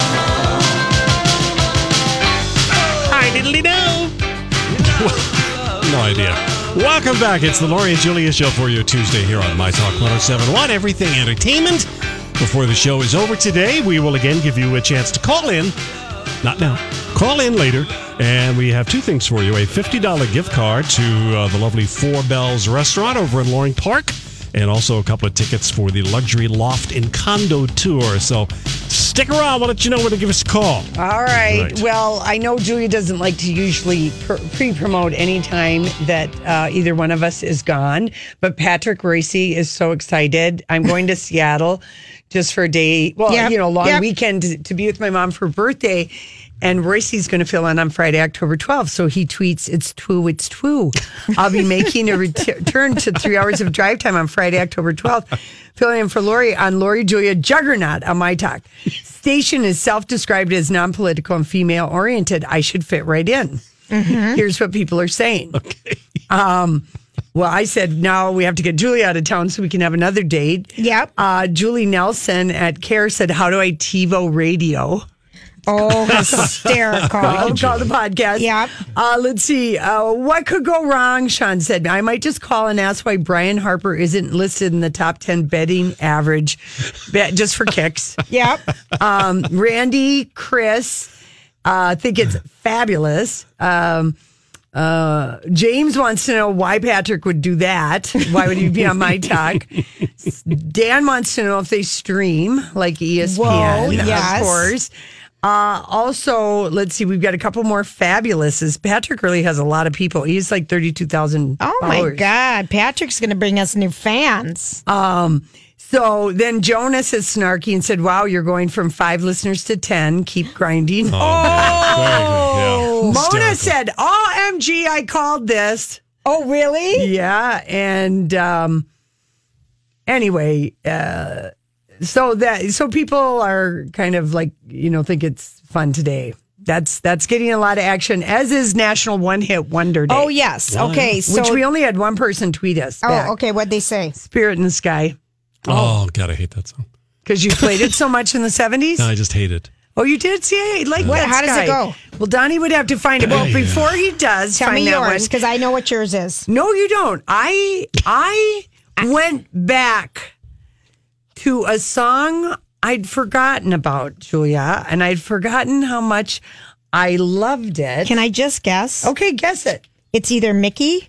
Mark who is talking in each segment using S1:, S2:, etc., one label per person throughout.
S1: Hi, diddly do.
S2: No idea. Welcome back. It's the Laurie and Julia show for you Tuesday here on My Talk 1071, Everything Entertainment. Before the show is over today, we will again give you a chance to call in. Not now. Call in later. And we have two things for you a $50 gift card to uh, the lovely Four Bells restaurant over in Loring Park, and also a couple of tickets for the luxury loft and condo tour. So stick around. We'll let you know when to give us a call.
S3: All right.
S2: Right.
S3: Well, I know Julia doesn't like to usually pre promote any time that uh, either one of us is gone, but Patrick Racy is so excited. I'm going to Seattle just for a day, well,
S1: Yep.
S3: you know, long
S1: Yep.
S3: weekend to, to be with my mom for her birthday. And Royce's going to fill in on Friday, October 12th. So he tweets, It's true, it's true. I'll be making a ret- return to three hours of drive time on Friday, October 12th, filling in for Lori on Lori Julia Juggernaut on My Talk. Station is self described as non political and female oriented. I should fit right in. Here's what people are saying. Um, Well, I said, now we have to get Julie out of town so we can have another date.
S1: Yep.
S3: Uh, Julie Nelson at CARE said, How do I TiVo radio?
S1: Oh, hysterical.
S3: I'll call the podcast.
S1: Yep.
S3: Uh, let's see. Uh, what could go wrong? Sean said, I might just call and ask why Brian Harper isn't listed in the top 10 betting average bet, just for kicks.
S1: yep.
S3: Um, Randy, Chris, uh, think it's fabulous. Um, uh, James wants to know why Patrick would do that. Why would he be on my talk? Dan wants to know if they stream like E ESPN,
S1: Whoa,
S3: of
S1: yes.
S3: course. Uh, also, let's see. We've got a couple more fabulouses. Patrick really has a lot of people. He's like thirty-two thousand.
S1: Oh my God, Patrick's going to bring us new fans.
S3: So then Jonas is snarky and said, "Wow, you're going from five listeners to ten. Keep grinding."
S1: Oh,
S2: Oh,
S3: Mona said, OMG, I called this.
S1: oh, really?
S3: Yeah. And um, anyway, uh, so that so people are kind of like, you know, think it's fun today. That's that's getting a lot of action, as is National One Hit Wonder Day.
S1: Oh, yes. Okay, so
S3: Which we only had one person tweet us. back.
S1: oh, okay. What'd they say?
S3: Spirit in the Sky.
S2: Oh, God, I hate that song.
S3: Because you played it so much in the 70s?
S2: No, I just hate it.
S3: Oh, you did? See, I like
S1: What-
S3: that
S1: how does it
S3: sky.
S1: go?
S3: Well, Donnie would have to find it. Well, before he does,
S1: Tell
S3: find
S1: me
S3: that
S1: yours
S3: one.
S1: because I know what yours is.
S3: No, you don't. I I went back to a song I'd forgotten about, Julia, and I'd forgotten how much I loved it.
S1: Can I just guess?
S3: okay, guess it.
S1: It's either Mickey,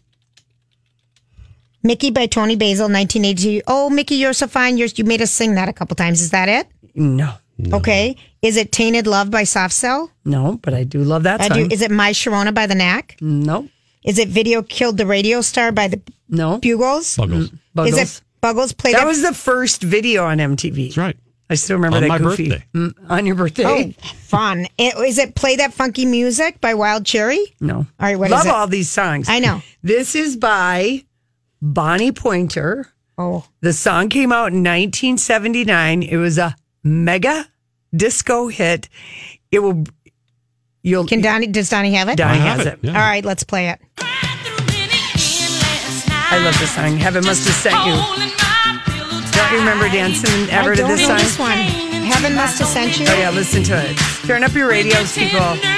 S1: Mickey by Tony Basil, 1982. Oh, Mickey, you're so fine. You're, you made us sing that a couple times. Is that it?
S3: No,
S1: Okay. Is it Tainted Love by Soft Cell?
S3: no, but I do love that
S1: I
S3: song.
S1: do. Is it My Sharona by The Knack?
S3: no,
S1: Is it Video Killed the Radio Star by The
S3: no.
S1: Bugles?
S2: Buggles.
S3: Buggles.
S1: Is it Buggles played
S3: that was the first video on MTV.
S2: That's right.
S3: I still remember
S2: On
S3: that
S2: my
S3: goofy.
S2: birthday.
S3: Mm, on your
S1: Oh,
S3: birthday?
S1: fun. It, is it Play That Funky Music by Wild Cherry?
S3: No. All
S1: right, what is
S3: love
S1: it?
S3: all these songs.
S1: I know.
S3: This is by Bonnie Pointer.
S1: Oh,
S3: The song came out in 1979. It was a mega disco hit. It will you'll
S1: can Donnie, does Donnie have it?
S3: Donnie
S2: I have
S3: has
S2: it,
S3: it.
S2: yeah.
S1: All right, let's play it.
S4: I
S3: I love this song. Heaven must have sent you. Don't you remember dancing ever
S1: I
S3: to
S1: don't
S3: this
S1: know
S3: song?
S1: this one. Heaven Must Have Sent You.
S3: Oh yeah, listen to it. Turn up your radios, people.
S4: I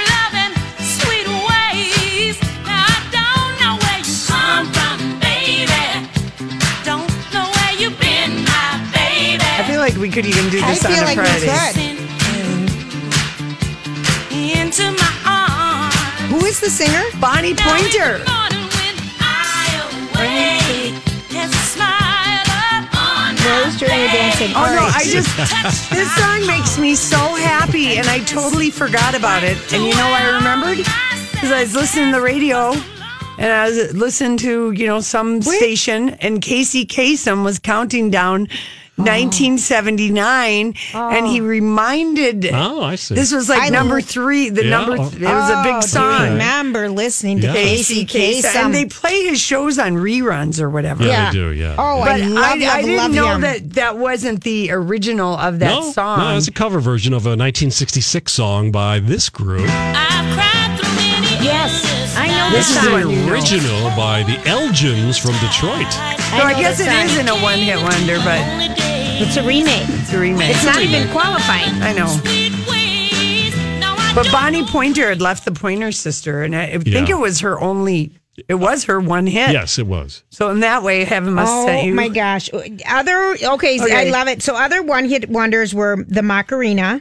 S3: I feel like we could even do
S1: I
S3: this on
S1: feel
S3: a
S1: like we
S3: Friday.
S1: could. the singer?
S3: Bonnie Pointer.
S1: Rose during your dancing.
S3: Oh no, I
S1: Alright.
S3: just this song makes me so happy, and I totally forgot about it. And you know, I remembered because I was listening to the radio, and I was listening to you know some station, and Casey Kasem was counting down.
S2: Oh.
S3: 1979, and he reminded.
S2: Oh, I see.
S3: This was like
S1: I
S3: number
S1: love-
S3: three. The
S2: Yeah.
S3: number.
S2: Oh.
S3: Th- it was a
S1: Oh,
S3: big
S1: do you
S3: song.
S1: remember listening to
S2: Yeah.
S1: Casey Kasem.
S3: and they play his shows on reruns or whatever.
S2: Yeah,
S1: Yeah.
S2: they do. Yeah. Yeah.
S1: Oh,
S3: But I,
S1: love,
S3: I,
S1: love,
S3: didn't
S1: love
S3: know
S1: him.
S3: that that wasn't the original of that
S2: no,
S3: song.
S2: No, it's a cover version of a 1966 song by this group.
S1: Yes, I know
S3: This
S1: this,
S3: is
S1: song.
S3: the one-
S2: Original by the Elgins from Detroit.
S1: I
S3: So
S1: know
S3: I guess
S1: this
S3: it
S1: song.
S3: isn't a one hit wonder, but
S1: It's a remake.
S3: it's a remake.
S1: It's not even qualifying.
S3: I know. But Bonnie Pointer had left the Pointer Sister, and I I think
S2: Yeah.
S3: it was her only, it was her one hit.
S2: Yes, it was.
S3: So in that way, Heaven Must Send
S1: Oh
S3: You.
S1: my gosh! Other okay, I
S3: Okay.
S1: love it. So other one-hit wonders were the Macarena.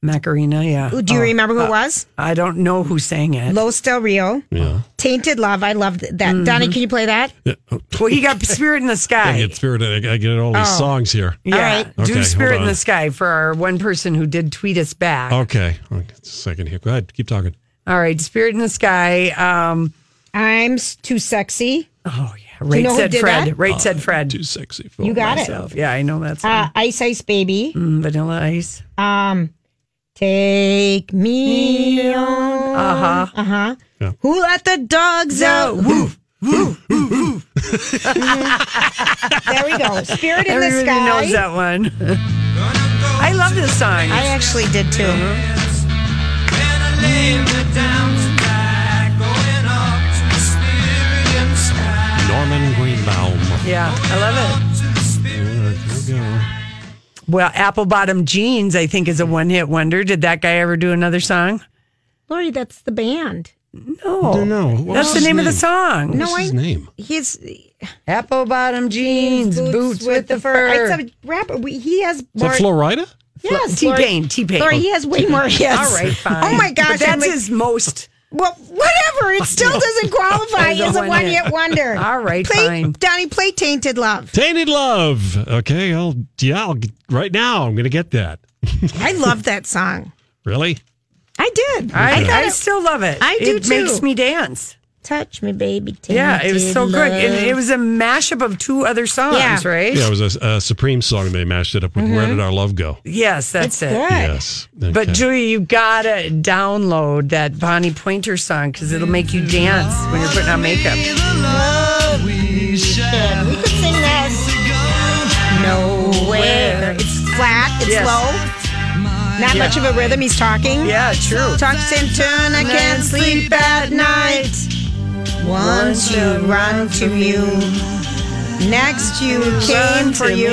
S3: Macarena, yeah.
S1: Do you
S3: Oh,
S1: remember who it was?
S3: I don't know who sang it.
S1: Los Del Rio,
S3: Uh-huh.
S2: Yeah.
S1: Tainted Love. I loved that.
S3: Mm-hmm.
S1: Donnie, can you play that?
S2: Oh,
S3: Well, he got Spirit in the Sky.
S2: I get spirit. I I get all
S3: Oh.
S2: these songs here.
S3: yeah.
S1: All right.
S3: Do
S2: Okay,
S3: Spirit
S2: hold
S3: in
S2: on. Oh.
S3: the Sky for our one person who did tweet us back.
S2: Okay. okay. Just a second here. Go ahead. Keep talking.
S3: All right, Spirit in the Sky. Um,
S1: I'm s- too sexy.
S3: oh, yeah. Right
S1: know who
S3: said
S1: did
S3: Fred.
S1: that?
S3: Right said Fred.
S2: Too sexy for
S1: You got it.
S3: Myself. Yeah, I know that song.
S1: Uh, Ice Ice Baby.
S3: Mm, Vanilla Ice.
S1: Um, take me on.
S3: Uh huh.
S1: Uh huh.
S2: Yeah.
S1: Who let the dogs out?
S3: woo.
S1: There we go. Spirit in the
S3: Everybody
S1: sky.
S3: knows that one. I love this song.
S1: I actually did too.
S3: Uh-huh.
S2: Norman Greenbaum.
S3: yeah, I love it.
S2: There you go.
S3: Well, Apple Bottom Jeans, I think, is a one hit wonder. Did that guy ever do another song?
S1: Lori, that's the band.
S3: No.
S2: don't know. Oh, What
S3: That's
S2: was
S3: the
S2: his
S3: name, of the song.
S1: No,
S2: What's his
S1: I-
S2: name?
S1: He's
S3: Apple Bottom Jeans, boots, with, the fur.
S1: It's a rapper. We- He has
S2: Is
S1: more.
S2: that Florida?
S1: yes,
S3: T
S1: Lori.
S3: Pain, T Pain.
S1: Lori, he has way more hits.
S3: All right, fine.
S1: Oh my gosh!
S3: But that's
S1: I'm-
S3: his most.
S1: Well, whatever. It still doesn't qualify
S3: As a
S1: as a
S3: one-hit.
S1: one hit wonder.
S3: All right,
S1: play,
S3: fine.
S1: Donnie, play Tainted Love.
S2: Tainted Love. Okay. I'll, yeah, I'll, get- right now I'm going to get that.
S1: I love that song.
S2: Really?
S1: I did.
S3: I,
S1: thought
S3: I,
S1: it-
S3: still love it.
S1: I do
S3: it makes
S1: too.
S3: me dance.
S1: Touch me, baby. Tainted
S3: Yeah, it was so good.
S1: Love.
S3: And it was a mashup of two other songs,
S1: Yeah.
S3: right?
S2: Yeah, it was a, a Supreme song and they mashed it up with Where Did Our Love Go?
S3: Yes, that's it.
S1: Good.
S2: Yes.
S3: But
S2: Okay.
S3: Julia, you gotta download that Bonnie Pointer song because it'll make you dance when you're putting on makeup.
S1: We could sing this. Nowhere. It's flat. It's
S3: Yes.
S1: low. Not much of a rhythm. He's talking.
S3: Yeah, true.
S1: Talks in turn. I can't sleep at night. Once you run to you, next you came for you.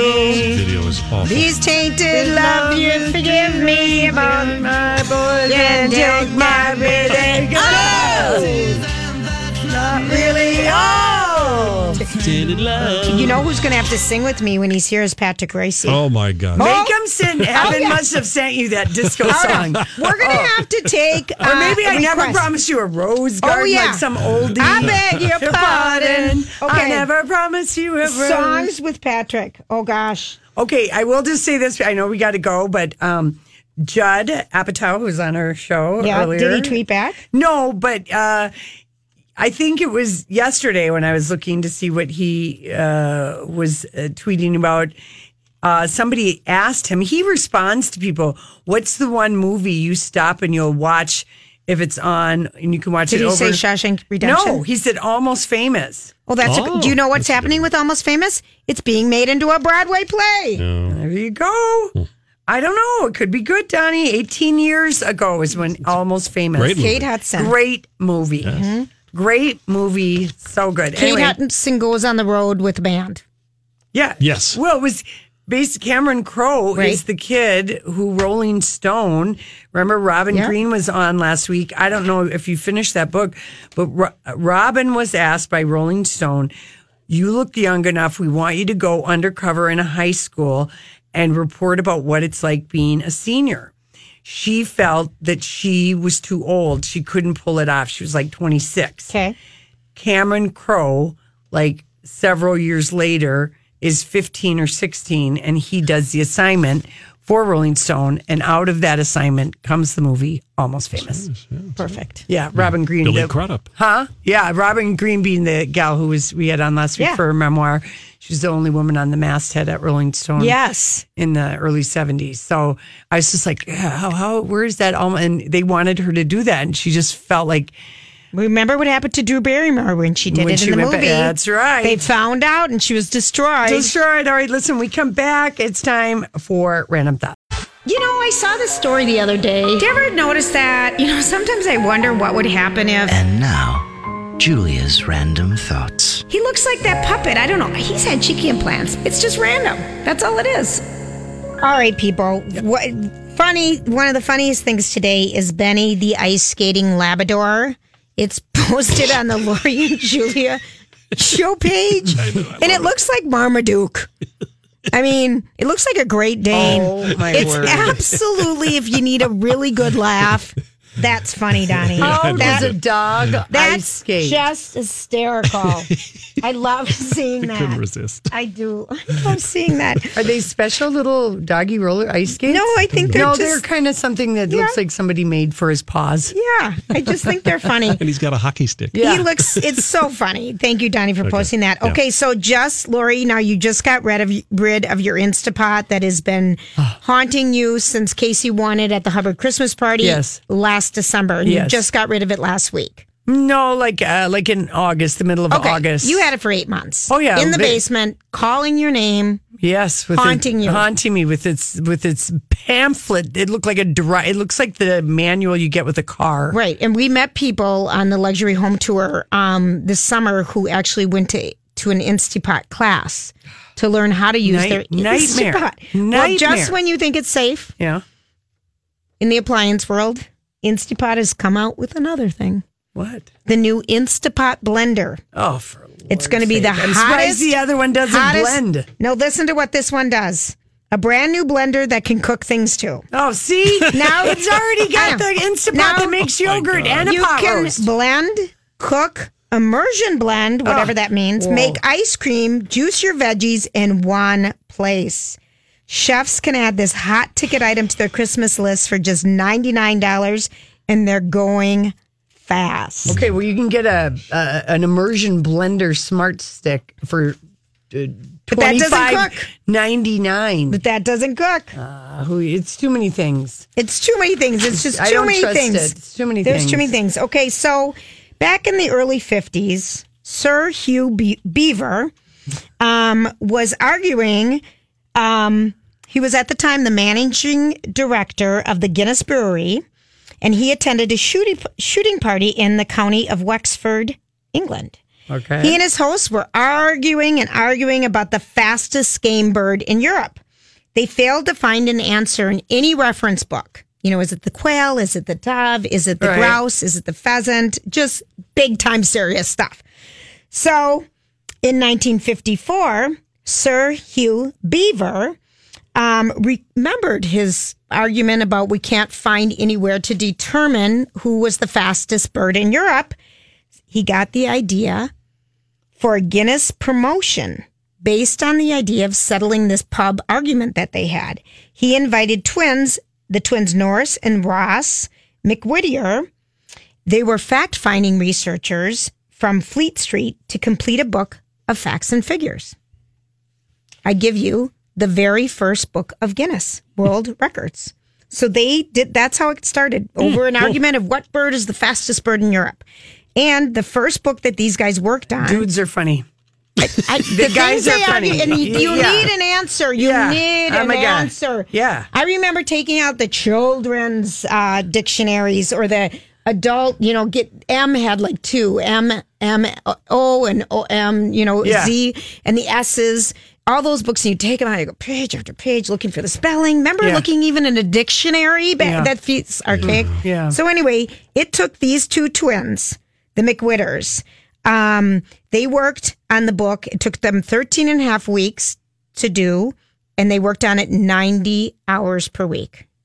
S2: video is awful.
S1: These tainted love you forgive me about
S3: my boy
S1: and take my rhythm. Oh!
S3: not really all.
S2: Tainted Love.
S1: You know who's going to have to sing with me when he's here is Patrick Gracie.
S2: Oh my God.
S3: Make him sin. Heaven
S1: Oh, yeah.
S3: must have sent you that disco song.
S1: Oh. We're going to have to take. Uh,
S3: Oh. Or maybe I
S1: a
S3: never
S1: request. Oh,
S3: promised you a rose garden
S1: yeah.
S3: like some oldie.
S1: I beg your pardon.
S3: I
S1: Okay.
S3: never promised you a rose.
S1: Songs with Patrick. Oh, gosh.
S3: Okay, I will just say this. I know we got to go, but um, Judd Apatow, who's on our show
S1: Yeah.
S3: earlier,
S1: Did he tweet back?
S3: No, but uh, I think it was yesterday when I was looking to see what he uh, was uh, tweeting about. Uh, somebody asked him. He responds to people. What's the one movie you stop and you'll watch if it's on and you can watch
S1: Did
S3: it
S1: he
S3: over?
S1: say Shawshank Redemption?
S3: no, he said Almost Famous.
S1: Well, that's.
S2: Oh,
S1: a, do you know what's
S2: that's good.
S1: happening with Almost Famous? It's being made into a Broadway play.
S3: There you go.
S2: Hmm.
S3: I don't know. It could be good, Donnie. 18 years ago is when Almost Famous.
S2: Great movie.
S1: Kate Hudson.
S3: Great movie. Great movie. So good.
S1: Kate
S3: Anyway,
S1: Hudson goes on the road with a band.
S3: yeah.
S2: Yes.
S3: Well, it was based Cameron Crowe
S1: Right.
S3: is the kid who Rolling Stone. Remember Robin
S1: Yeah.
S3: Green was on last week. I don't know if you finished that book, but Ro- Robin was asked by Rolling Stone, "You look young enough. We want you to go undercover in a high school and report about what it's like being a senior." she felt that she was too old. She couldn't pull it off. She was like 26.
S1: Okay.
S3: Cameron Crowe, like several years later, is 15 or 16, and he does the assignment for Rolling Stone. And out of that assignment comes the movie Almost Famous.
S1: Perfect.
S3: Yeah, Robin Green.
S2: Billy
S3: the-
S2: Crudup.
S3: Huh? Yeah, Robin Green being the gal who was we had on last week
S1: Yeah.
S3: for her memoir. She's the only woman on the masthead at Rolling Stone
S1: Yes.
S3: in the early 70s. So I was just like, yeah, how, how, where is that? Alma? And they wanted her to do that. And she just felt like,
S1: Remember what happened to Drew Barrymore when she did
S3: When
S1: it
S3: she
S1: in the
S3: went back-
S1: movie?
S3: that's right.
S1: They found out and she was destroyed.
S3: destroyed. All right, listen, we come back. It's time for Random Thoughts.
S4: You know, I saw this story the other day.
S5: Do you ever notice that? You know, sometimes I wonder what would happen if
S6: And now, Julia's random thoughts.
S5: he looks like that puppet. I don't know. He's had cheeky implants. It's just random. That's all it is.
S1: All right, people. What funny? One of the funniest things today is Benny the ice skating Labrador. It's posted on the Lori and Julia show page, and it looks like Marmaduke. I mean, it looks like a Great Dane.
S3: Oh, my
S1: it's
S3: word.
S1: absolutely if you need a really good laugh, that's funny, Donnie.
S2: I
S3: How
S2: love
S3: does
S1: Oh, That-
S3: Oh, a dog ice
S1: that's
S3: skate?
S1: just hysterical. I love seeing
S2: I couldn't
S1: that.
S2: resist.
S1: I do. I love seeing that.
S3: Are they special little doggy roller ice skates?
S1: No, I think they're
S3: no,
S1: just-
S3: they're kind of something that looks like somebody made for his paws.
S1: Yeah, I just think they're funny.
S2: And he's got a hockey stick.
S3: Yeah.
S1: He looks, it's so funny. Thank you, Donnie, for posting that. Okay, so just, Lori, now you just got rid of, rid of your Instapot that has been
S3: Ah.
S1: haunting you since Casey won it at the Hubbard Christmas party
S3: Yes.
S1: last December. And You
S3: Yes.
S1: just got rid of it last week.
S3: No, like uh, like in August, the middle of
S1: Okay.
S3: August.
S1: You had it for eight months.
S3: Oh, yeah,
S1: In the
S3: they-
S1: basement, calling your name.
S3: Yes, with it-
S1: Haunting you.
S3: haunting me with its with its pamphlet. It looked like a dry. It looks like the manual you get with a car.
S1: Right. And we met people on the luxury home tour um, this summer who actually went to, to an Instapot class to learn how to use
S3: Night-
S1: their
S3: nightmare.
S1: Instapot. Well,
S3: Nightmare.
S1: just when you think it's safe
S3: Yeah.
S1: in the appliance world, Instapot has come out with another thing
S3: What?
S1: the new Instapot blender.
S3: Oh, for
S1: It's going to be the
S3: I'm
S1: hottest.
S3: surprised the other one doesn't blend.
S1: No, listen to what this one does a brand new blender that can cook things too.
S3: oh, see
S1: Now-
S3: it's already got the
S1: Now-
S3: Instapot that makes yogurt and a
S1: you
S3: pot
S1: can
S3: roast.
S1: blend, cook, immersion blend,
S3: Oh.
S1: whatever that means. Make ice cream, juice your veggies in one place. Chefs can add this hot ticket item to their Christmas list for just ninety nine dollars, and they're going fast.
S3: Okay, well, you can get a, a an immersion blender smart stick for. Uh,
S1: that
S3: Twenty
S1: doesn't
S3: five
S1: cook.
S3: ninety nine.
S1: But that doesn't cook.
S3: Uh. It's too many things.
S1: It's too many things. It's just too
S3: I don't
S1: many
S3: trust
S1: things.
S3: it. It's too many
S1: There's
S3: things.
S1: too many things. Okay, so back in the early 50s, Sir Hugh Be- Beaver um, was arguing. Um, he was at the time the managing director of the Guinness Brewery, and he attended a shooting, shooting party in the county of Wexford, England.
S3: Okay.
S1: He and his hosts were arguing and arguing about the fastest game bird in Europe. They failed to find an answer in any reference book. You know, is it the quail? Is it the dove? Is it the
S3: Right.
S1: grouse? Is it the pheasant? Just big time serious stuff. So in 1954, Sir Hugh Beaver um, remembered his argument about we can't find anywhere to determine who was the fastest bird in Europe. He got the idea for a Guinness promotion based on the idea of settling this pub argument that they had. He invited twins, the twins Norris and Ross McWhittier. They were fact finding researchers from Fleet Street to complete a book of facts and figures. I give you the very first book of Guinness World Records. So they did. That's how it started over an argument of what bird is the fastest bird in Europe. And the first book that these guys worked on,
S3: Dudes are funny.
S1: I, the,
S3: guys
S1: things
S3: are
S1: they
S3: funny.
S1: argue- and you, you
S3: Yeah.
S1: need an answer. You
S3: Yeah.
S1: need
S3: Oh
S1: an
S3: my God.
S1: answer.
S3: Yeah.
S1: I remember taking out the children's uh, dictionaries or the adult. You know, get M had like two M M O and O M. You know,
S3: Yeah.
S1: Z and the S's. All those books, and you take them out. You go page after page, looking for the spelling. Remember
S3: Yeah.
S1: looking even in a dictionary back,
S3: Yeah.
S1: that feels archaic.
S3: Yeah.
S1: So anyway, it took these two twins, the McWhitters. Um, they worked on the book. It took them 13 and a half weeks to do, and they worked on it 90 hours per week.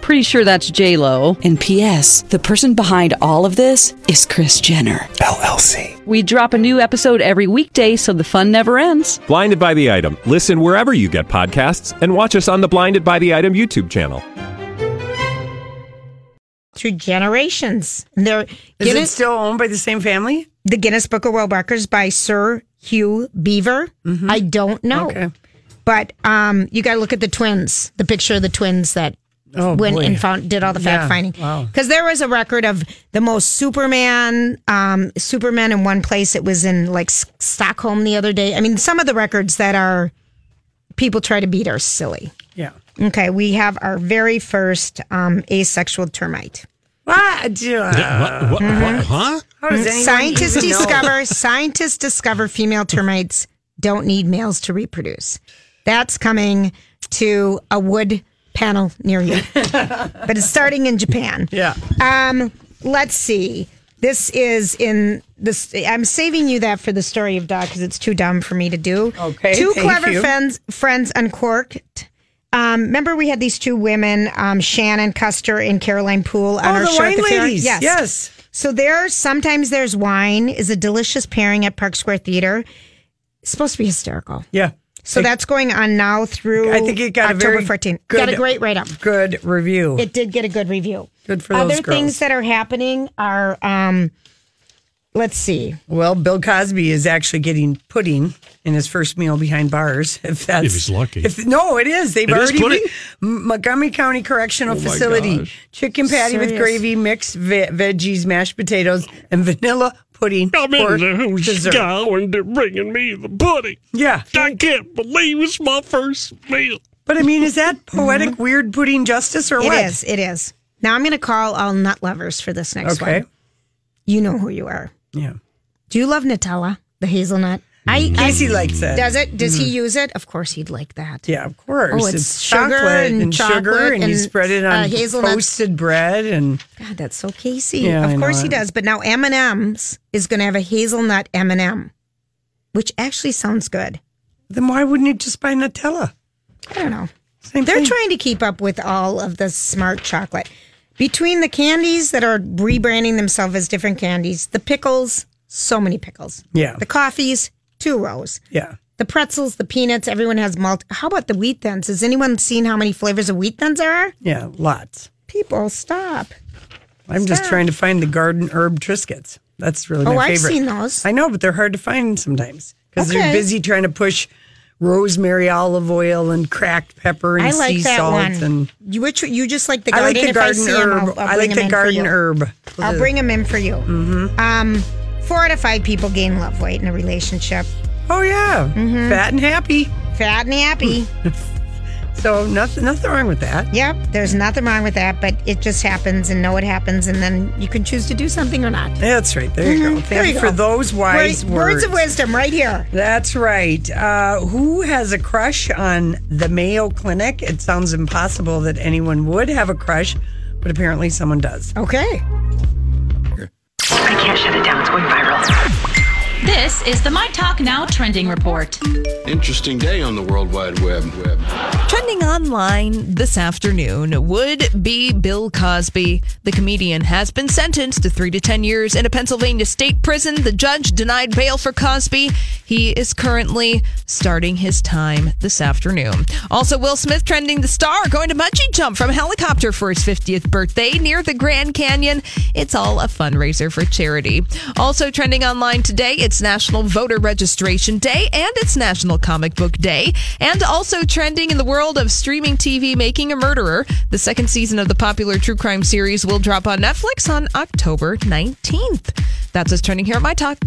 S7: Pretty sure that's J Lo.
S8: And P.S. The person behind all of this is Chris Jenner
S9: LLC.
S7: We drop a new episode every weekday, so the fun never ends.
S9: Blinded by the item. Listen wherever you get podcasts, and watch us on the Blinded by the Item YouTube channel.
S1: Through generations. And they're
S3: Is it still owned by the same family?
S1: the Guinness Book of World Records by Sir Hugh Beaver. I don't know.
S3: Mm-hmm. Okay.
S1: But um, you got to look at the twins, the picture of the twins that
S3: Oh,
S1: went
S3: boy.
S1: and found did all the fact
S3: Yeah,
S1: finding.
S3: wow.
S1: Because there was a record of the most Superman, um, Superman in one place. It was in like S- Stockholm the other day. I mean, some of the records that are people try to beat are silly.
S3: Yeah.
S1: Okay, we have our very first um, asexual termite.
S3: What? uh,
S2: What, what, what, huh?
S3: How does anyone
S1: Scientists
S3: even know?
S1: discover scientists discover female termites don't need males to reproduce. That's coming to a wood panel near you. but it's starting in Japan.
S3: Yeah.
S1: Um, let's see. This is in this. I'm saving you that for the story of Doc because it's too dumb for me to do.
S3: Okay,
S1: Two
S3: thank
S1: clever
S3: you.
S1: friends friends uncorked. Um, remember we had these two women, um, Shannon Custer and Caroline Poole, on
S3: Oh,
S1: our
S3: the
S1: show at
S3: wine
S1: the fair.
S3: ladies. Yes.
S1: So there, sometimes there's wine is a delicious pairing at Park Square Theater. It's supposed to be hysterical.
S3: Yeah.
S1: So that's going on now through.
S3: I think it got a
S1: October
S3: very
S1: 14th.
S3: good-
S1: got a great write up.
S3: Good review.
S1: It did get a good review.
S3: Good for
S1: Other
S3: those girls.
S1: things that are happening are, um, let's see.
S3: well, Bill Cosby is actually getting pudding in his first meal behind bars. If that's
S2: If he's lucky.
S3: If, no, it is. They've
S2: It is
S3: already
S2: pudding?
S3: been- Montgomery County Correctional Facility chicken patty with
S1: Serious.
S3: gravy, mixed ve- veggies, mashed potatoes, and vanilla pudding for dessert.
S2: and they're bringing me the pudding.
S3: Yeah,
S2: I can't believe it's my first meal.
S3: but I mean, is that poetic, weird pudding justice or
S1: It is.
S3: what?
S1: It is. Now I'm going to call all nut lovers for this next
S3: Okay.
S1: one. You know who you are.
S3: Yeah.
S1: Do you love Nutella, the hazelnut? I, I
S3: Mm. Casey likes it. Mm.
S1: does it. Does he use it? Of course, he'd like that.
S3: Yeah, of course.
S1: Oh, it's sugar
S3: chocolate
S1: and
S3: sugar,
S1: chocolate
S3: and, you
S1: and,
S3: spread it
S1: uh,
S3: on
S1: hazelnuts.
S3: toasted bread, and
S1: God, that's so Casey.
S3: Yeah,
S1: of
S3: I know
S1: course he
S3: it.
S1: does. But now M and M's is going to have a hazelnut M and M, which actually sounds good.
S3: then why wouldn't you just buy Nutella?
S1: I don't know.
S3: Same
S1: They're
S3: thing.
S1: trying to keep up with all of the smart chocolate. Between the candies that are rebranding themselves as different candies, the pickles, so many pickles.
S3: Yeah.
S1: The coffees, two rows.
S3: Yeah,
S1: The pretzels, the peanuts, everyone has malt. How about the wheat thins? Has anyone seen how many flavors of wheat thins there are?
S3: yeah, lots.
S1: People, stop.
S3: I'm just
S1: Stop.
S3: trying to find the garden herb Triscuits. That's really my
S1: Oh, I've
S3: favorite.
S1: seen those.
S3: I know, but they're hard to find sometimes because they
S1: Okay.
S3: you're busy trying to push rosemary olive oil and cracked pepper and
S1: I like
S3: sea
S1: that
S3: salt
S1: one.
S3: and.
S1: you, which, you just like the
S3: I
S1: garden.
S3: like the
S1: if I
S3: garden
S1: see 'em, I'll-
S3: herb.
S1: I'll
S3: I
S1: bring
S3: like
S1: 'em in
S3: the
S1: for
S3: garden
S1: you.
S3: herb. Mm-hmm.
S1: I'll bring them in for you. Um, four out of five people gain love weight in a relationship.
S3: Oh yeah,
S1: Mm-hmm.
S3: fat and happy.
S1: Fat and happy.
S3: Hmm. So nothing, nothing wrong with that.
S1: Yep, there's nothing wrong with that, but it just happens and know it happens, and then you can choose to do something or not.
S3: That's right. There you go. Thank
S1: Mm-hmm. There
S3: you
S1: you
S3: for
S1: go.
S3: those wise
S1: Words, words of wisdom right here.
S3: That's right. Uh, who has a crush on the Mayo Clinic? It sounds impossible that anyone would have a crush, but apparently someone does.
S1: Okay.
S5: I can't shut it down. It's going viral.
S10: This is the My Talk Now trending report.
S11: Interesting day on the World Wide Web. Web.
S8: Trending online this afternoon would be Bill Cosby. The comedian has been sentenced to three to 10 years in a Pennsylvania state prison. The judge denied bail for Cosby. He is currently starting his time this afternoon. Also, Will Smith trending the star, going to bungee jump from a helicopter for his 50th birthday near the Grand Canyon. It's all a fundraiser for charity. Also, trending online today, it's now National Voter Registration Day and it's National Comic Book Day. And also trending in the world of streaming TV, Making a Murderer. The second season of the popular true crime series will drop on Netflix on October 19th. That's us trending here at My Talk.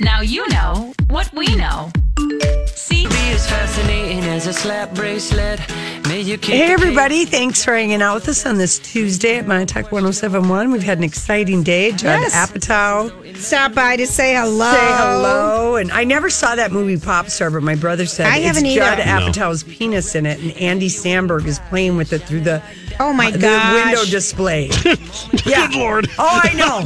S10: Now you know what we know. See? Be as fascinating as a slap bracelet.
S3: Hey, everybody. Thanks for hanging out with us on this Tuesday at My Talk 1071. We've had an exciting day. Judd
S1: Yes.
S3: Apatow.
S1: Stop by to say hello.
S3: Say hello. And I never saw that movie Pop Star, but my brother said
S1: I haven't
S3: it's
S1: either.
S3: Judd
S1: No.
S3: Apatow's penis in it, and Andy Samberg is playing with it through the,
S1: Oh my
S3: the
S1: gosh.
S3: window display. yeah.
S2: Good lord.
S3: Oh, I know.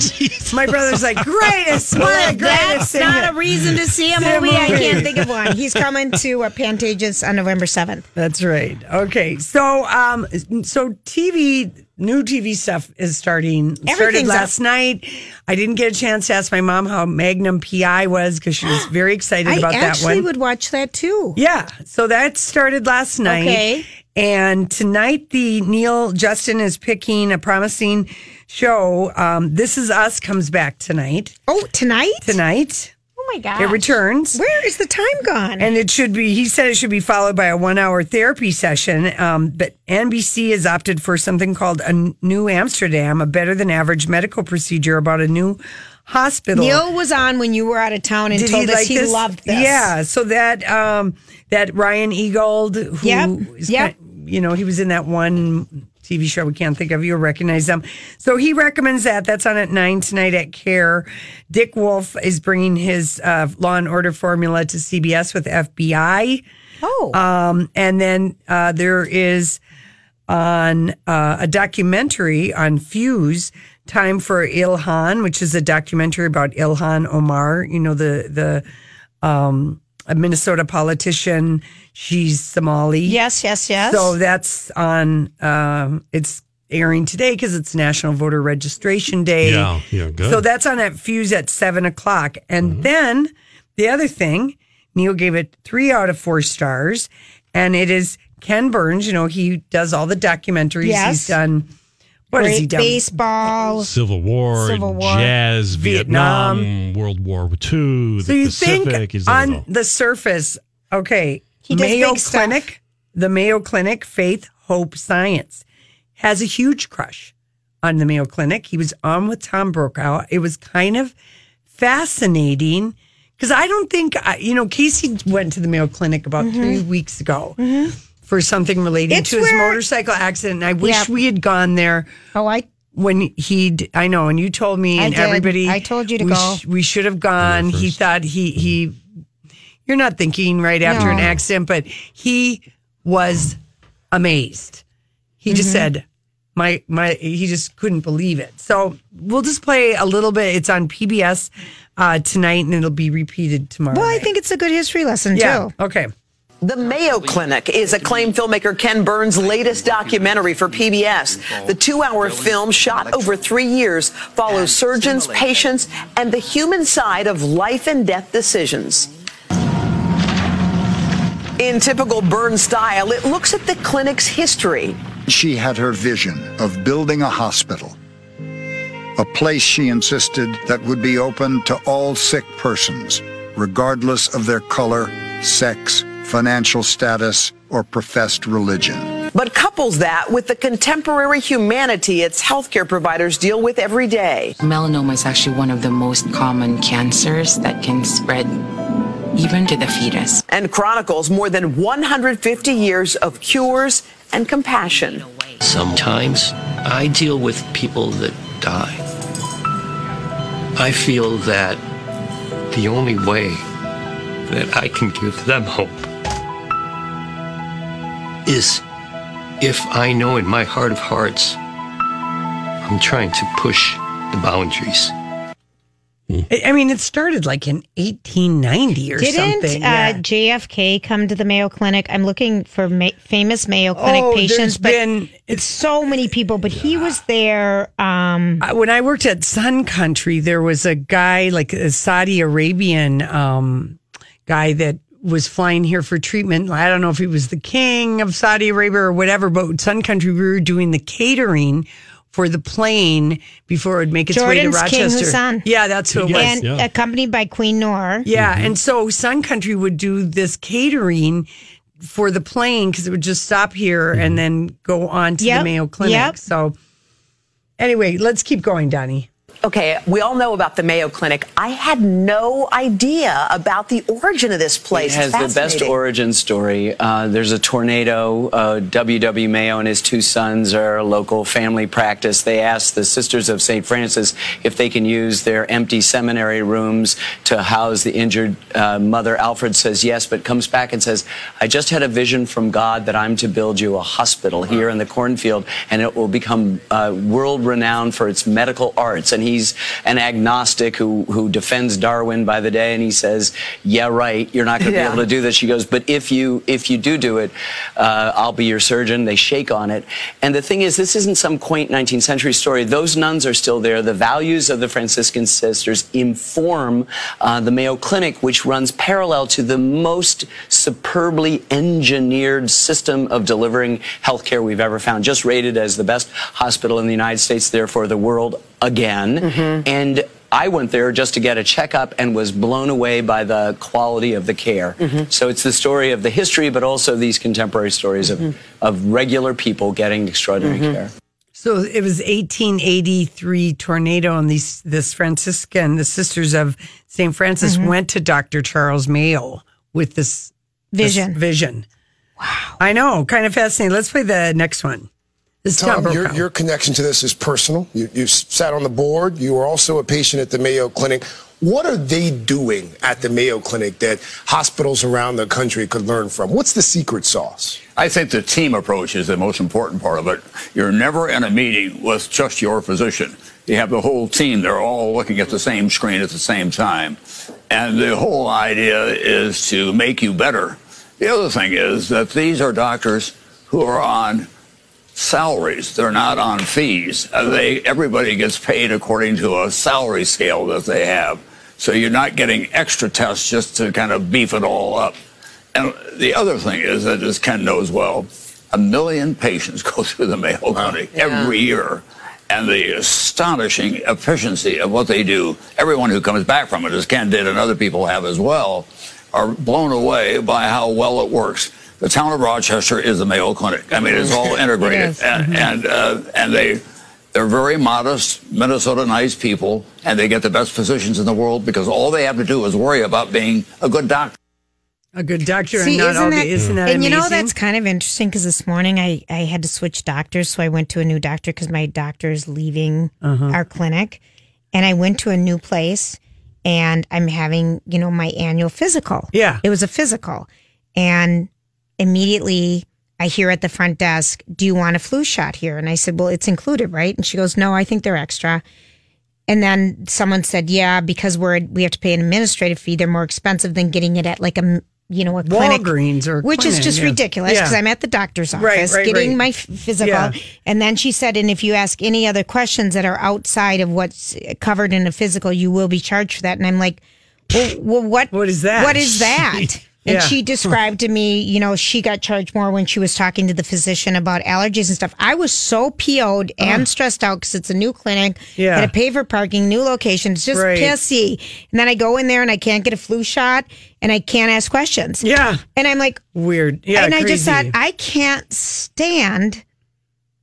S3: my brother's like, greatest, one
S1: Well,
S3: of the greatest.
S1: that's not a reason to see a movie. I can't think of
S3: one.
S1: one. He's coming to uh, Pantages on November 7th.
S3: That's right. Okay, so um, so TV, new TV stuff is starting. Started
S1: Everything's
S3: last
S1: up.
S3: night. I didn't get a chance to ask my mom how Magnum PI was because she was very excited
S1: I
S3: about that
S1: actually
S3: one.
S1: would watch that too.
S3: yeah, so that started last night.
S1: Okay.
S3: And tonight, the Neil Justin is picking a promising show. Um, this is Us comes back tonight.
S1: Oh, tonight?
S3: Tonight.
S1: Oh my God.
S3: It returns.
S1: Where is the time gone?
S3: And it should be, he said it should be followed by a one hour therapy session. Um, but NBC has opted for something called a New Amsterdam, a better than average medical procedure about a new hospital.
S1: Neil was on when you were out of town and
S3: Did
S1: told us
S3: like
S1: he loved this.
S3: Yeah. So that, um, that Ryan Egold, who
S1: Yep,
S3: is
S1: yep.
S3: kind- you know, he was in that one TV show we can't think of. You'll recognize them. So he recommends that. That's on at nine tonight at CARE. Dick Wolf is bringing his uh, Law and Order formula to CBS with FBI.
S1: Oh.
S3: Um, and then uh, there is on uh, a documentary on Fuse, Time for Ilhan, which is a documentary about Ilhan Omar. You know the the um, a Minnesota politician. She's Somali.
S1: Yes, yes, yes.
S3: So that's on. Um, it's airing today because it's National Voter Registration Day.
S2: Yeah, yeah, good.
S3: So that's on at Fuse at seven o'clock, and then the other thing, Neil gave it three out of four stars, and it is Ken Burns. You know he does all the documentaries.
S1: Yes.
S3: He's done. What has
S1: Great
S3: he done?
S1: baseball.
S2: Civil War,
S1: Civil War.
S2: jazz, Vietnam, World War II, the
S3: So you
S2: Pacific.
S3: think
S2: He's done it
S3: on
S2: all.
S3: the surface, okay,
S1: He does
S3: Mayo
S1: big stuff.
S3: Clinic, the Mayo Clinic, Faith, Hope, Science, has a huge crush on the Mayo Clinic. He was on with Tom Brokaw. It was kind of fascinating because I don't think, I, you know, Casey went to the Mayo Clinic about three weeks ago. For something related
S1: Mm-hmm. It's
S3: to his
S1: where-
S3: motorcycle accident, and I wish
S1: Yeah.
S3: we had gone there
S1: Oh, I
S3: when he I know and you told me
S1: I
S3: and
S1: did.
S3: everybody
S1: I told you to
S3: we
S1: go.
S3: we should have gone he thought he he you're not thinking right after an
S1: No.
S3: accident but he was amazed he just
S1: Mm-hmm.
S3: said my my he just couldn't believe it so we'll just play a little bit it's on PBS uh, tonight and it'll be repeated tomorrow
S1: well, oh, I
S3: night.
S1: think it's a good history lesson
S3: yeah
S1: too.
S3: okay
S12: The Mayo Clinic is acclaimed filmmaker Ken Burns' latest documentary for PBS. The two hour film, shot over three years, follows surgeons, patients, and the human side of life and death decisions. In typical Burns style, it looks at the clinic's history.
S13: She had her vision of building a hospital, a place she insisted that would be open to all sick persons, regardless of their color, sex, financial status, or professed religion.
S12: But couples that with the contemporary humanity its healthcare providers deal with every day.
S14: Melanoma is actually one of the most common cancers that can spread even to the fetus.
S12: and chronicles more than 150 years of cures and compassion.
S15: Sometimes I deal with people that die. I feel that the only way that I can give them hope is if I know in my heart of hearts I'm trying to push the boundaries.
S3: I- I mean it started like in 1890 or
S1: Didn't
S3: something
S1: uh, JFK come to the Mayo Clinic? I'm looking for ma- famous Mayo Clinic
S3: Oh, there's
S1: patients, but
S3: been-
S1: it's so many people. But he was there. Um,
S3: I- when I worked at Sun Country, there was a guy like a Saudi Arabian um, guy that was flying here for treatment. I don't know if he was the king of Saudi Arabia or whatever, but Sun Country, we were doing the catering for the plane before it would make its way to
S1: Jordan's King
S3: Rochester.
S1: Hussein.
S3: yeah, that's who it was.
S1: and accompanied by Queen Noor.
S3: Yeah, and so Sun Country would do this catering for the plane because it would just stop here and then go on to
S12: Yep,
S3: the Mayo Clinic.
S12: yep.
S3: So, anyway, let's keep going, Donnie.
S12: Okay, we all know about the Mayo Clinic. I had no idea about the origin of this place.
S16: It has the best
S12: Fascinating.
S16: origin story. Uh, there's a tornado. Uh, W.W. Mayo and his two sons are a local family practice. They asked the Sisters of St. Francis if they can use their empty seminary rooms to house the injured. Uh, Mother Alfred says yes, but comes back and says, I just had a vision from God that I'm to build you a hospital here in the cornfield, and it will become uh, world renowned for its medical arts. And he's an agnostic who, who defends Darwin by the day, and he says, Yeah, right, you're not going to
S17: Yeah.
S16: be able to do this. She goes, But if you, if you do do it, uh, I'll be your surgeon. They shake on it. And the thing is, this isn't some quaint 19th century story. Those nuns are still there. The values of the Franciscan sisters inform uh, the Mayo Clinic, which runs parallel to the most superbly engineered system of delivering healthcare we've ever found. Just rated as the best hospital in the United States, therefore the world again. And I went there just to get a checkup and was blown away by the quality of the care. So it's the story of the history, but also these contemporary stories of, of regular people getting extraordinary care.
S3: So it was 1883 tornado, and these this Franciscan, the Sisters of St. Francis,
S1: Mm-hmm.
S3: went to Dr. Charles Mayo with this this
S1: Vision.
S3: vision. Wow, I know, kind of fascinating. Let's play the next one. This is Tom
S18: Tom, your,
S3: Brokaw.
S18: your connection to this is personal. You, you s- sat on the board. You were also a patient at the Mayo Clinic. What are they doing at the Mayo Clinic that hospitals around the country could learn from? What's the secret sauce?
S19: I think the team approach is the most important part of it. You're never in a meeting with just your physician. You have the whole team. They're all looking at the same screen at the same time. And the whole idea is to make you better. The other thing is that these are doctors who are on salaries. They're not on fees. Uh, They, everybody gets paid according to a salary scale that they have. So you're not getting extra tests just to kind of beef it all up. And the other thing is that, as Ken knows well, a million patients go through the Mayo Clinic every year. And the astonishing efficiency of what they do, everyone who comes back from it, as Ken did and other people have as well, are blown away by how well it works. The town of Rochester is the Mayo Clinic. I mean, it's all
S20: It
S19: integrated,
S20: is. Mm-hmm.
S19: and and, uh, and they they're very modest Minnesota nice people, and they get the best physicians in the world because all they have to do is worry about being a good doctor.
S3: a good doctor,
S1: See,
S3: and not
S1: isn't
S3: all
S1: that-
S3: the, isn't that
S1: and you know
S3: amazing?
S1: that's kind of interesting because this morning I, I had to switch doctors, so I went to a new doctor because my doctor is leaving
S3: Uh-huh.
S1: our clinic, and I went to a new place, and I'm having you know my annual physical.
S3: Yeah,
S1: it was a physical, and immediately I hear at the front desk, "Do you want a flu shot here?" And I said, "Well, it's included, right?" And she goes, "No, I think they're extra." And then someone said, "Yeah, because we're we have to pay an administrative fee. They're more expensive than getting it at like a you know a clinic,
S3: Walgreens or
S1: which is
S3: clinic,
S1: just
S3: yeah.
S1: ridiculous
S3: Yeah.
S1: because I'm at the doctor's
S3: Right,
S1: office
S3: right,
S1: getting
S3: right.
S1: my f- physical."
S3: Yeah.
S1: And then she said, "And if you ask any other questions that are outside of what's covered in a physical, you will be charged for that." And I'm like, "Well, well what? What is
S3: that?
S1: What is that?" And
S3: Yeah.
S1: she described to me, you know, she got charged more when she was talking to the physician about allergies and stuff. I was so PO'd and stressed out because it's a new clinic,
S3: Yeah.
S1: had to pay for parking, new location. It's just
S3: Right.
S1: pissy. And then I go in there and I can't get a flu shot and I can't ask questions.
S3: Yeah.
S1: And I'm like,
S3: weird. Yeah,
S1: and I
S3: crazy.
S1: just thought, I can't stand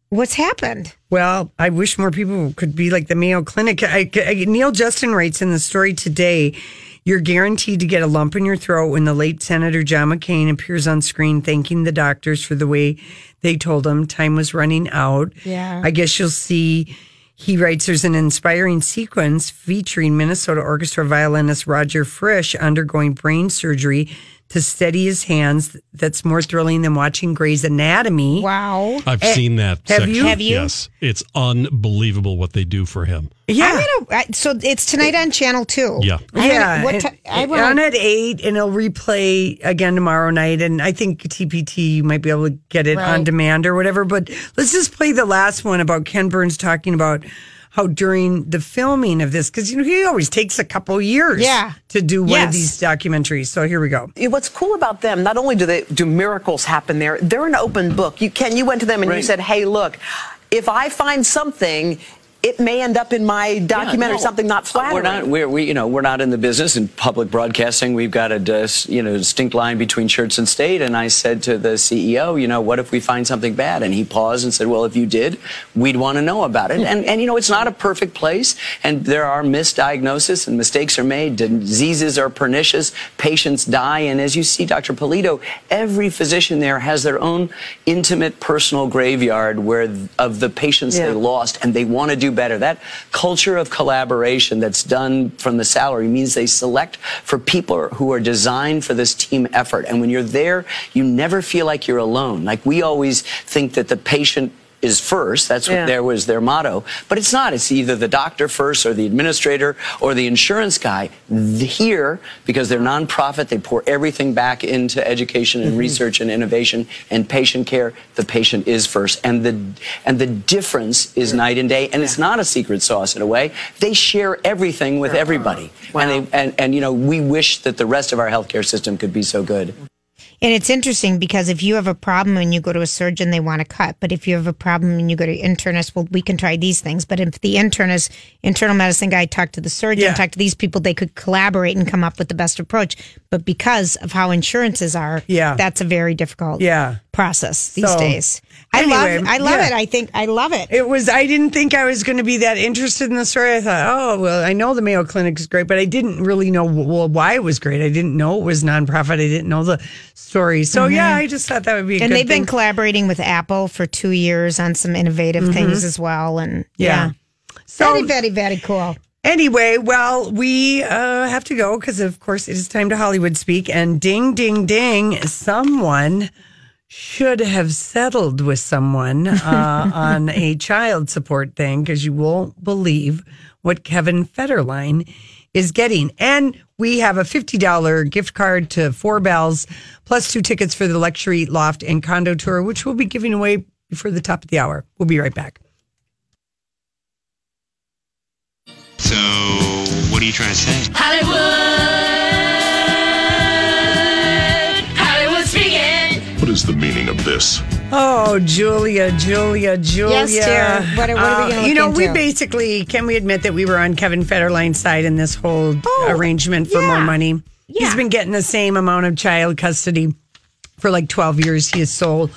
S1: what's happened.
S3: Well, I wish more people could be like the Mayo Clinic. I, I- Neil Justin writes in the story today you're guaranteed to get a lump in your throat when the late Senator John McCain appears on screen thanking the doctors for the way they told him time was running out.
S21: Yeah.
S3: I guess you'll see. He writes there's an inspiring sequence featuring Minnesota orchestra violinist Roger Frisch undergoing brain surgery to steady his hands. That's more thrilling than watching Grey's Anatomy.
S1: Wow.
S2: I've seen that.
S3: Have
S2: section.
S3: you? Have you?
S2: Yes, it's unbelievable what they do for him.
S3: Yeah.
S1: I'm gonna, I- so it's tonight on Channel 2.
S2: Yeah.
S1: I'm
S3: yeah,
S1: Gonna, what
S3: and-
S1: ti- I wanna-
S3: on at eight, and it'll replay again tomorrow night. And I think TPT you might be able to get it
S1: Right.
S3: on demand or whatever. But let's just play the last one about Ken Burns talking about how during the filming of this, because you know he always takes a couple years,
S12: Yeah.
S3: to do one of
S12: Yes.
S3: these documentaries. So here we go.
S12: Yeah, What's cool about them? Not only do they do miracles happen there, they're an open book. You Ken, you went to them and you
S3: Right.
S12: said, "Hey, look, if I find something, it may end up in my document or
S16: no.
S12: something not flattering.
S16: We're not. We're, we, you know, we're not in the business in public broadcasting. We've got a, dis, you know, distinct line between church and state. And I said to the CEO, you know, what if we find something bad? And he paused and said, well, if you did, we'd want to know about it. And, and you know, it's not a perfect place. And there are misdiagnoses and mistakes are made. Diseases are pernicious. Patients die. And as you see, Dr. Polito, every physician there has their own intimate personal graveyard where th- of the patients
S12: Yeah.
S16: they lost and they want to do better. That culture of collaboration that's done from the salary means they select for people who are designed for this team effort. And when you're there, you never feel like you're alone. Like we always think that the patient is first. That's
S12: Yeah.
S16: what there was their motto. But it's not. It's either the doctor first or the administrator or the insurance guy. Th- Here, because they're nonprofit, they pour everything back into education and research and innovation and patient care. The patient is first. And the and the difference is night and day. And it's not a secret sauce in a way. They share everything with everybody. And, they, and and you know, we wish that the rest of our healthcare system could be so good.
S1: And it's interesting because if you have a problem and you go to a surgeon, they want to cut. But if you have a problem and you go to internist, well, we can try these things. But if the internist, internal medicine guy talked to the surgeon,
S3: Yeah.
S1: talked to these people, they could collaborate and come up with the best approach. But because of how insurances are,
S3: Yeah.
S1: that's a very difficult
S3: Yeah.
S1: process these
S3: So,
S1: days. I
S3: anyway,
S1: love, I love
S3: yeah.
S1: it. I think I love it.
S3: It was. I didn't think I was going to be that interested in the story. I thought, oh well, I know the Mayo Clinic is great, but I didn't really know well why it was great. I didn't know it was nonprofit. I didn't know the story. So yeah, I just thought that would be. A
S1: Mm-hmm. and
S3: good
S1: they've
S3: thing.
S1: been collaborating with Apple for two years on some innovative things as well. And
S3: Mm-hmm. Yeah.
S1: yeah,
S3: So-
S1: very, very, very cool.
S3: Anyway, well, we uh, have to go because, of course, it is time to Hollywood speak. And ding, ding, ding, someone should have settled with someone uh, on a child support thing because you won't believe what Kevin Federline is getting. And we have a $50 gift card to Four Bells, plus two tickets for the Luxury Loft and Condo Tour, which we'll be giving away before the top of the hour. We'll be right back.
S22: So, what are you trying to say?
S17: Hollywood! Hollywood speaking!
S20: What is the meaning of this?
S3: Oh, Julia, Julia, Julia. Uh,
S17: dear. What are- what are we gonna
S3: You
S17: look
S3: know, we
S17: into?
S3: basically can we admit that we were on Kevin Federline's side in this whole
S17: Oh,
S3: arrangement for more money? He's been getting the same amount of child custody for like 12 years. He is sole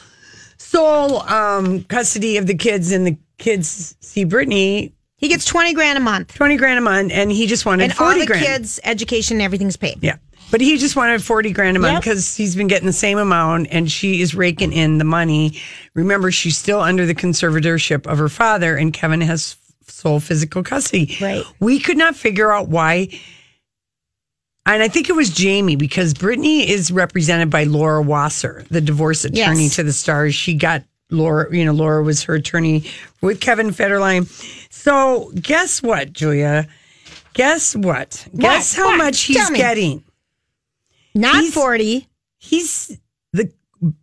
S3: sole um, custody of the kids and the kids see Brittany.
S1: He gets 20 grand a month.
S3: 20 grand a month and he just wanted
S1: And all
S3: 40
S1: the
S3: grand.
S1: kids' education, everything's paid.
S3: Yeah. But he just wanted 40 grand a month
S1: Yep.
S3: because he's been getting the same amount and she is raking in the money. Remember, she's still under the conservatorship of her father and Kevin has sole physical custody. Right. We could not figure out why. And I think it was Jamie because Brittany is represented by Laura Wasser, the divorce attorney
S17: Yes.
S3: to the stars. She got Laura, you know, Laura was her attorney with Kevin Federline. So guess what, Julia? Guess what? Guess how
S1: What?
S3: much
S1: Tell
S3: he's
S1: me.
S3: getting?
S1: Not 40.
S3: He's the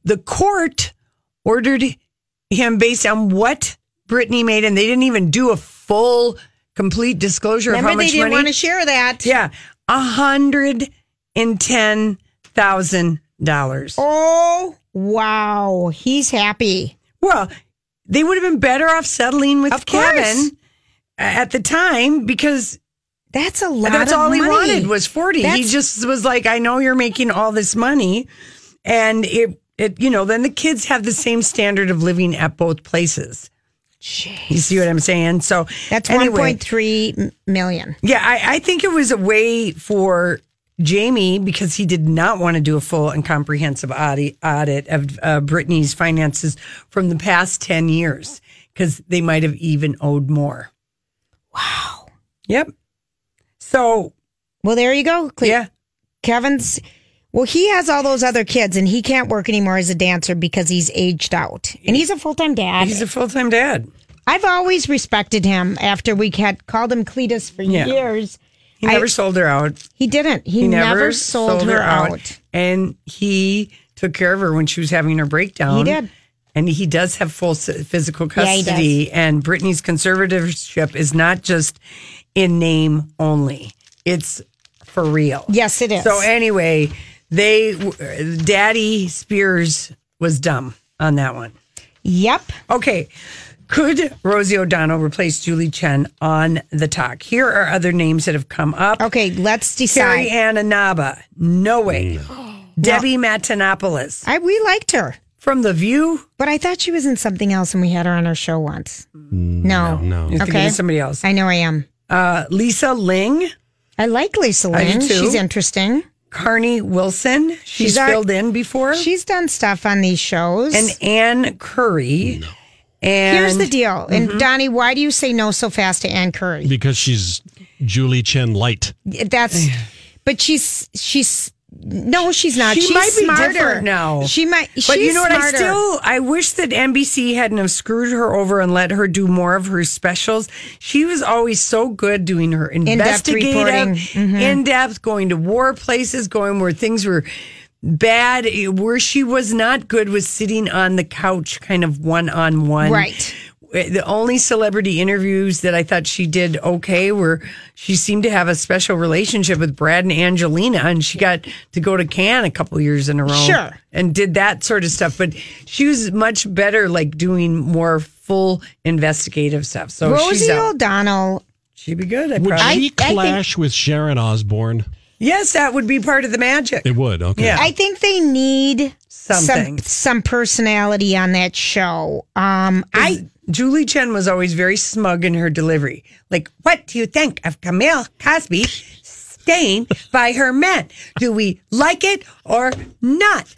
S3: the court ordered him based on what Brittany made, and they didn't even do a full, complete disclosure
S1: Remember,
S3: of how much
S1: they didn't
S3: money.
S1: want to share that.
S3: yeah, a hundred and ten thousand dollars.
S1: Oh, wow. He's happy.
S3: Well, they would have been better off settling with
S1: course.
S3: Kevin at the time because
S1: that's a lot.
S3: That's
S1: of
S3: all he
S1: money.
S3: wanted was forty. he
S1: That's-
S3: just was like, "I know you're making all this money," and it, it, you know, then the kids have the same standard of living at both places. You see what I'm saying? So
S1: That's
S3: anyway,
S1: 1.3 million.
S3: yeah, I, I think it was a way for Jamie because he did not want to do a full and comprehensive audit, audit of uh, Brittany's finances from the past 10 years because they might have even owed more. Wow. Yep. So,
S1: well, there you go. Cle-
S3: yeah.
S1: Kevin's, well, he has all those other kids and he can't work anymore as a dancer because he's aged out. And he's a full time dad.
S3: He's a full time dad.
S1: I've always respected him after we had called him Cletus for
S3: Yeah.
S1: years.
S3: He
S1: I-
S3: never sold her out.
S1: He didn't. He, never, sold, her out.
S3: And he took care of her when she was having her breakdown.
S1: He did.
S3: And he does have full s- physical
S1: Yeah, he
S3: custody. And Brittany's conservatorship is not just in name only, it's for real.
S1: Yes, it is.
S3: So, anyway, they, w- Daddy Spears was dumb on that one.
S1: Yep.
S3: Okay. Could Rosie O'Donnell replace Julie Chen on the talk? Here are other names that have come up.
S1: Okay, let's
S3: decide. Carrie Ann Inaba. No way. Debbie Matenopoulos.
S1: I we liked her
S3: from The View,
S1: but I thought she was in something else, and we had her on our show once. No,
S2: no,
S3: You're thinking
S1: okay,
S3: of somebody else.
S1: I know I am.
S3: Uh, Lisa Ling.
S1: I like Lisa
S3: I do
S1: Ling.
S3: too.
S1: She's interesting.
S3: Carney Wilson. She's,
S1: our-
S3: filled in before.
S1: She's done stuff on these shows.
S3: and Ann Curry. And
S1: Here's the deal.
S3: Mm-hmm.
S1: And Donnie, why do you say no so fast to Ann Curry?
S2: because she's Julie Chen Light.
S1: That's, but she's she's no, she's not.
S3: She
S1: she's
S3: might be
S1: smarter
S3: different now.
S1: She might.
S3: But
S1: she's
S3: you know what?
S1: smarter.
S3: I still I wish that NBC hadn't have screwed her over and let her do more of her specials. She was always so good doing her
S1: In-depth
S3: investigative,
S1: reporting. Mhm.
S3: in depth, going to war places, going where things were bad. Where she was not good was sitting on the couch, kind of one on one,
S1: Right.
S3: Eh, The only celebrity interviews that I thought she did okay were she seemed to have a special relationship with Brad and Angelina, and she got to go to Cannes a couple years in a row
S1: Sure.
S3: and did that sort of stuff. But she was much better, like doing more full investigative stuff. So Oh, she's
S1: Rosie
S3: out.
S1: O'Donnell.
S3: She'd be good. I
S2: Would
S3: probably.
S2: she clash with Sharon Osbourne?
S3: yes, that would be part of the magic.
S2: It would. Okay.
S3: Yeah.
S1: I think they need
S3: Something.
S1: some some personality on that show. Um, I
S3: Julie Chen was always very smug in her delivery. Like, what do you think of Camille Cosby staying by her man? Do we like it or not?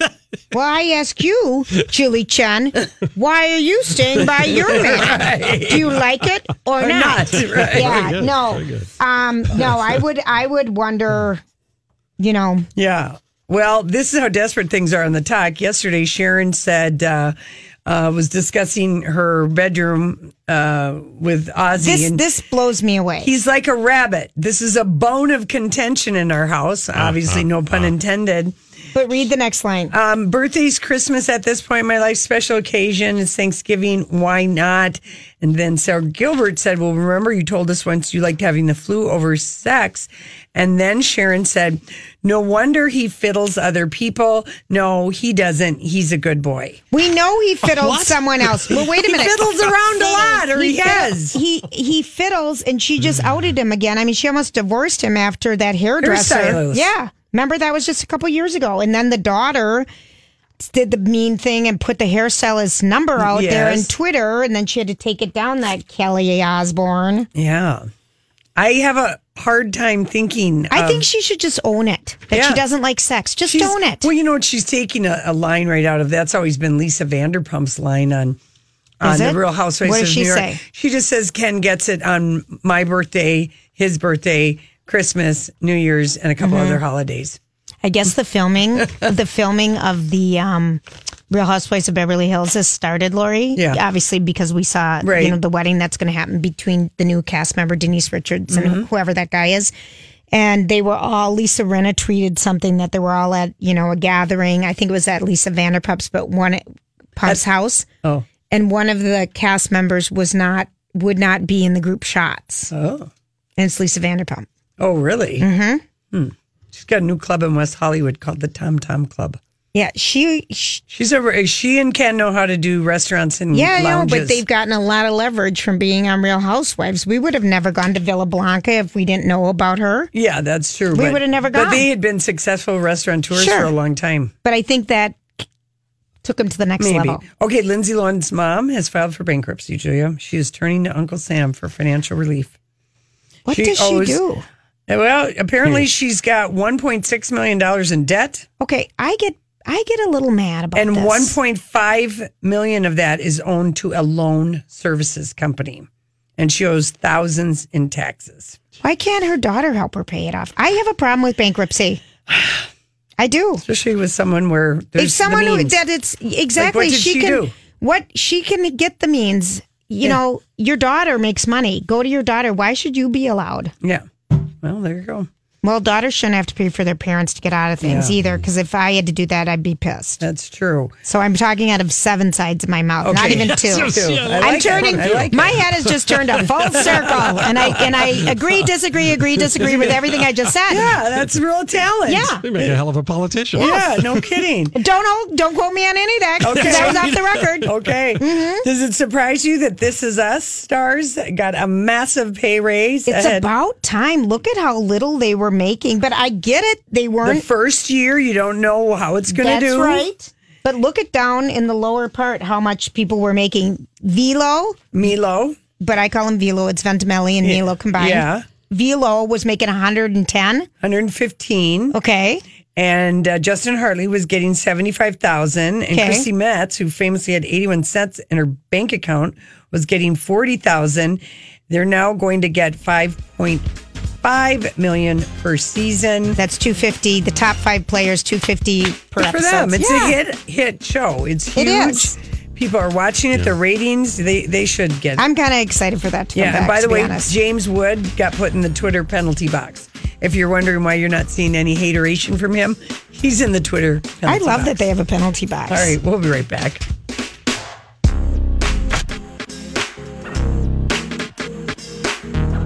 S1: well, I ask you, Julie Chen, why are you staying by your man? Do you like it or,
S3: Or
S1: not?
S3: not, right.
S1: Yeah,
S3: Very good,
S1: no,
S3: very good.
S1: um, no. I would, I would wonder. You know,
S3: Yeah. Well, this is how desperate things are on the talk. Yesterday, Sharon said, uh, uh, was discussing her bedroom uh, with Ozzy.
S1: this
S3: and
S1: this blows me away.
S3: He's like a rabbit. This is a bone of contention in our
S1: Uh,
S3: house. Obviously, no pun intended.
S1: But read the next line.
S3: Um, birthdays, Christmas at this point in my life, special occasion. It's Thanksgiving. Why not? And then Sarah Gilbert said, Well, remember you told us once you liked having the flu over sex. And then Sharon said, No wonder he fiddles other people. No, he doesn't. He's a good boy.
S1: We know he fiddled someone else. Well, wait a
S3: He
S1: minute.
S3: fiddles around a lot, or he Mm.
S1: fiddle-
S3: has.
S1: He he fiddles, and she just outed him again. I mean, she almost divorced him after that hairdresser.
S3: stylist.
S1: Yeah, remember that was just a couple years ago, and then the daughter did the mean thing and put the hairstylist's number out there on
S3: Yes.
S1: Twitter, and then she had to take it down. That Kelly Osborne.
S3: Yeah. I have a hard time thinking.
S1: I
S3: of-
S1: think she should just own it that
S3: Um, Yeah.
S1: she doesn't like sex. Just
S3: She's-
S1: own it.
S3: Well, you know what? She's taking a, a line right out of that's always been Lisa Vanderpump's line on on
S1: Is
S3: the
S1: it?
S3: Real Housewives
S1: What
S3: of
S1: does she
S3: New York.
S1: say?
S3: She just says Ken gets it on my birthday, his birthday, Christmas, New Year's, and a couple
S1: Mm-hmm.
S3: other holidays.
S1: I guess the filming, the filming of the um, Real Housewives of Beverly Hills has started, Lori.
S3: Yeah.
S1: obviously because we saw
S3: Right.
S1: you know the wedding that's going to happen between the new cast member Denise Richards
S3: Mm-hmm.
S1: and whoever that guy is, and they were all Lisa Renna tweeted something that they were all at you know a gathering. I think it was at Lisa Vanderpump's, but one Pump's house,
S3: Oh.
S1: and one of the cast members was not would not be in the group shots,
S3: Oh.
S1: and it's Lisa Vanderpump.
S3: Oh, really? Mm-hmm. She's got a new club in West Hollywood called the Tom Tom Club.
S1: Yeah, she. she
S3: She's over. She and Ken know how to do restaurants and
S1: Yeah, I know,
S3: lounges.
S1: but they've gotten a lot of leverage from being on Real Housewives. We would have never gone to Villa Blanca if we didn't know about her.
S3: yeah, that's true.
S1: We
S3: but-
S1: would've never
S3: But
S1: gone.
S3: they had been successful restaurateurs
S1: Sure.
S3: for a long time.
S1: But I think that took him to the next
S3: Maybe.
S1: level.
S3: Okay, Lindsay Lohan's mom has filed for bankruptcy, Julia. She is turning to Uncle Sam for financial relief.
S1: What
S3: She
S1: does she
S3: owes-
S1: do?
S3: Well, apparently
S1: Hmm.
S3: she's got $1.6 million in debt,
S1: Okay, I get I get a little mad about
S3: and
S1: this.
S3: $1.5 million of that is owned to a loan services company. And she owes thousands in taxes.
S1: Why can't her daughter help her pay it off? I have a problem with bankruptcy. I do.
S3: Especially with someone where there's
S1: if someone
S3: the
S1: who
S3: means.
S1: that it's exactly
S3: did she
S1: can
S3: do?
S1: what she can get the means. You know, your daughter makes money. Go to your daughter. Why should you be allowed?
S3: Yeah. Well, there you go.
S1: Well, daughters shouldn't have to pay for their parents to get out of things
S3: Yeah.
S1: either. Because if I had to do that, I'd be pissed.
S3: That's true.
S1: So I'm talking out of seven sides of my mouth, not
S3: Okay.
S1: even two.
S3: Yes, yes, yes. I
S1: I'm
S3: like it.
S1: turning.
S3: I like it.
S1: my head has just turned a full circle, and I and I agree, disagree, agree, disagree with everything I just said.
S3: Yeah, that's real talent.
S1: Yeah.
S2: You make a hell of a politician.
S3: Yeah, no kidding.
S1: Don't hold, don't quote me on any of that. 'cause that was off the record.
S3: Okay.
S1: Mm-hmm.
S3: Does it surprise you that This Is Us stars got a massive pay raise?
S1: It's
S3: ahead?
S1: about time. Look at how little they were making. But I get it. They
S3: the
S1: weren't.
S3: first year. You don't know how it's going to
S1: That's
S3: do.
S1: right. But look at down in the lower part how much people were making. Velo.
S3: Milo.
S1: But I call him Velo. It's Ventimiglia and Milo combined.
S3: yeah.
S1: Velo was making 110.
S3: 115.
S1: Okay.
S3: And uh, Justin Hartley was getting 75,000 and
S1: Okay.
S3: Chrissy Metz, who famously had 81 cents in her bank account, was getting 40,000. They're now going to get 5.5 million per season.
S1: That's 250. The top five players, 250 per
S3: Good for
S1: episode.
S3: them. It's a
S1: Yeah.
S3: hit hit show. It's
S1: It
S3: huge.
S1: is.
S3: People are watching it. The ratings, they they should get
S1: I'm kind of excited for that to come
S3: yeah,
S1: back,
S3: and by the
S1: to be
S3: way,
S1: honest.
S3: James Wood got put in the Twitter penalty box. If you're wondering why you're not seeing any hateration from him, he's in the Twitter penalty
S1: I love
S3: box.
S1: that they have a penalty box.
S3: All right, we'll be right back.